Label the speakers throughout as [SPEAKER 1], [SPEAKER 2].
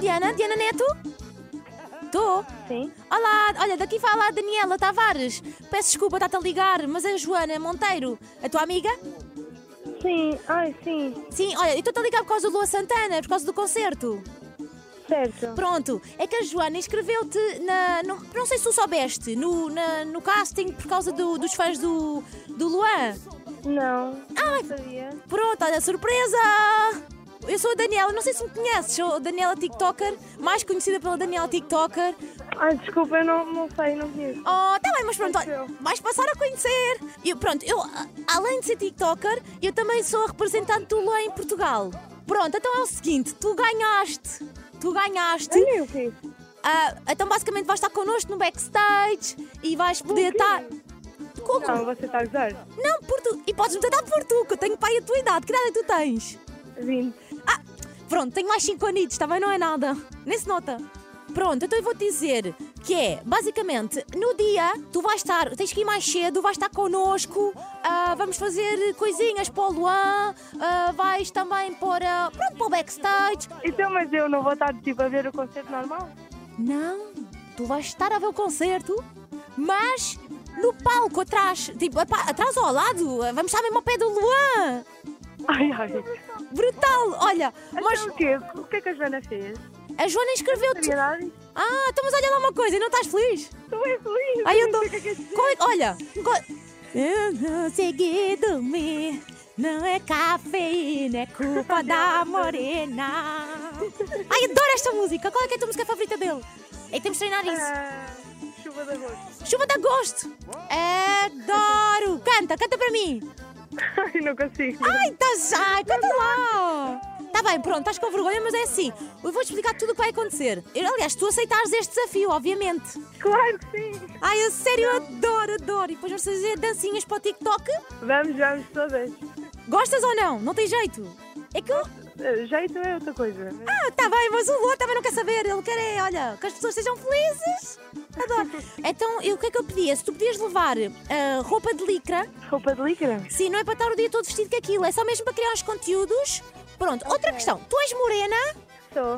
[SPEAKER 1] Diana? Diana Neto? Estou.
[SPEAKER 2] Sim.
[SPEAKER 1] Olá, olha, daqui fala a Daniela Tavares. Peço desculpa, está-te a ligar, mas a Joana Monteiro, a tua amiga?
[SPEAKER 2] Sim, ai, sim,
[SPEAKER 1] Sim, olha, eu estou-te a ligar por causa do Lua Santana, por causa do concerto.
[SPEAKER 2] certo.
[SPEAKER 1] Pronto, é que a Joana inscreveu-te na. no- não sei se tu soubeste, no, na- no casting por causa do- dos fãs do, do Luan.
[SPEAKER 2] Não, não sabia.
[SPEAKER 1] Pronto, olha, surpresa! Eu sou a Daniela, não sei se me conheces, sou a Daniela TikToker, mais conhecida pela Daniela TikToker.
[SPEAKER 2] Ai, desculpa, eu não, não sei, não conheço.
[SPEAKER 1] Oh, tá bem, mas pronto, olha,
[SPEAKER 2] Aconteceu.
[SPEAKER 1] vais passar a conhecer. Eu, pronto, eu, a- além de ser TikToker, eu também sou a representante do Luan em Portugal. Pronto, então é o seguinte, tu ganhaste, tu ganhaste.
[SPEAKER 2] Olha o que
[SPEAKER 1] Ah, então basicamente vais estar connosco no backstage e vais poder estar. Com-
[SPEAKER 2] Não, você está a gozar.
[SPEAKER 1] Não, por tu. E podes me tratar por tu, que eu tenho pai a tua idade. Que idade é que tu tens?
[SPEAKER 2] 20.
[SPEAKER 1] Pronto, tenho mais 5 anitos, também não é nada. Nem se nota. Pronto, então eu vou-te dizer que é, basicamente, no dia tu vais estar, tens que ir mais cedo, vais estar connosco, ah, vamos fazer coisinhas para o Luan, ah, vais também pôr, ah, pronto, para o backstage.
[SPEAKER 2] Então, mas eu não vou estar tipo a ver o concerto normal?
[SPEAKER 1] Não, tu vais estar a ver o concerto, mas no palco atrás, tipo, apa- atrás ou ao lado, vamos estar mesmo ao pé do Luan.
[SPEAKER 2] Ai, ai.
[SPEAKER 1] Brutal, olha,
[SPEAKER 2] Mas
[SPEAKER 1] mas
[SPEAKER 2] o quê? O que é que a Joana fez?
[SPEAKER 1] a Joana
[SPEAKER 2] Na
[SPEAKER 1] inscreveu-te.
[SPEAKER 2] verdade,
[SPEAKER 1] Ah, então mas olha lá uma coisa, não estás feliz?
[SPEAKER 2] tu és lindo.
[SPEAKER 1] Ai, eu tô...
[SPEAKER 2] O que é que é que-
[SPEAKER 1] Qual é- Olha, qual- Eu não segui dormir, não é cafeína, é culpa da morena. Ai, adoro esta música, qual é que é a tua música favorita dele? É que temos de treinar isso.
[SPEAKER 2] Ah, Chuva de agosto.
[SPEAKER 1] Chuva de agosto. Adoro. Canta, canta para mim.
[SPEAKER 2] Ai, não consigo.
[SPEAKER 1] Ai, tá já, canta lá. Tá bem, pronto, estás com vergonha, mas é assim. Eu vou explicar tudo o que vai acontecer. Eu, aliás, tu aceitares este desafio, obviamente.
[SPEAKER 2] Claro que sim.
[SPEAKER 1] Ai, eu sério, adoro, adoro. E depois vamos fazer dancinhas para o TikTok.
[SPEAKER 2] Vamos, vamos todas.
[SPEAKER 1] Gostas ou não? Não tem jeito. É que eu...
[SPEAKER 2] Ah, Jeito é outra coisa.
[SPEAKER 1] Ah, tá bem, mas o Lua também não quer saber. Ele quer é, olha, que as pessoas sejam felizes. Adoro. Então, eu- o que é que eu pedia? Se tu podias levar ah, roupa de licra,
[SPEAKER 2] Roupa de lycra?
[SPEAKER 1] Sim, não é para estar o dia todo vestido com aquilo, é só mesmo para criar uns conteúdos. Pronto, outra questão. Tu és morena?
[SPEAKER 2] Sou.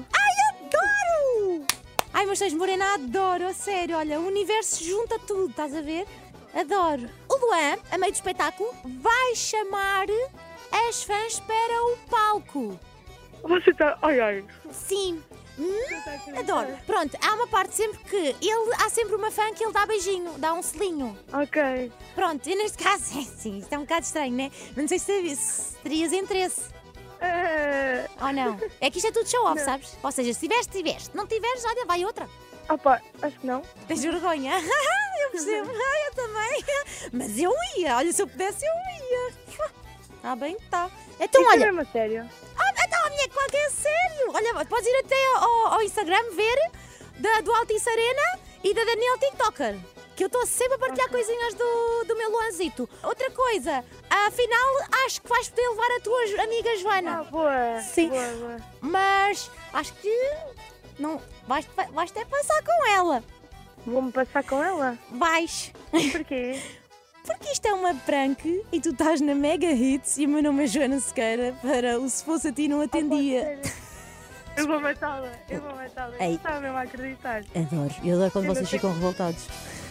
[SPEAKER 1] Adoro! Ai, mas tu és morena, adoro, a sério, olha, o universo junta tudo, estás a ver? Adoro. O Luan, a meio do espetáculo, vai chamar as fãs para o palco.
[SPEAKER 2] Você está... Ai, ai.
[SPEAKER 1] Sim. Hum,
[SPEAKER 2] É.
[SPEAKER 1] adoro. Pronto, há uma parte sempre que ele. Há sempre uma fã que ele dá beijinho, dá um selinho.
[SPEAKER 2] Ok.
[SPEAKER 1] Pronto, e neste caso, é assim, isto é um bocado estranho, né? Mas Não sei se, se terias interesse.
[SPEAKER 2] Ah,
[SPEAKER 1] Ou não? É que isto é tudo show-off,
[SPEAKER 2] Não.
[SPEAKER 1] sabes? Ou seja, se tiveres, tiveste. Não tiveres, olha, vai outra.
[SPEAKER 2] opa, acho que não.
[SPEAKER 1] Tens vergonha? eu percebo. Ai, eu também. Mas eu ia. Olha, se eu pudesse, eu ia. Tá bem, tá. Então,
[SPEAKER 2] Isso
[SPEAKER 1] olha.
[SPEAKER 2] é mesmo a sério.
[SPEAKER 1] Ah, então, a minha coca é sério. Olha, podes ir até ao, ao Instagram ver da, do Altice Arena e da Daniel TikToker. Que eu estou sempre a partilhar coisinhas do, do meu Luanzito. Outra coisa, afinal, acho que vais poder levar a tua jo- amiga Joana.
[SPEAKER 2] Ah, boa.
[SPEAKER 1] Sim.
[SPEAKER 2] Boa, boa.
[SPEAKER 1] mas acho que não vais, vais até passar com ela.
[SPEAKER 2] Vou-me passar com ela?
[SPEAKER 1] Vais.
[SPEAKER 2] Porquê?
[SPEAKER 1] Porque isto é uma prank e tu estás na Mega Hits e o meu nome é Joana Sequeira para o Se Fosse a Ti Não Atendia.
[SPEAKER 2] Eu vou matá-la. Eu vou matá-la.
[SPEAKER 1] Ei.
[SPEAKER 2] Não estava mesmo a acreditar.
[SPEAKER 1] Adoro, eu adoro quando
[SPEAKER 2] Eu não
[SPEAKER 1] vocês
[SPEAKER 2] sei.
[SPEAKER 1] ficam revoltados.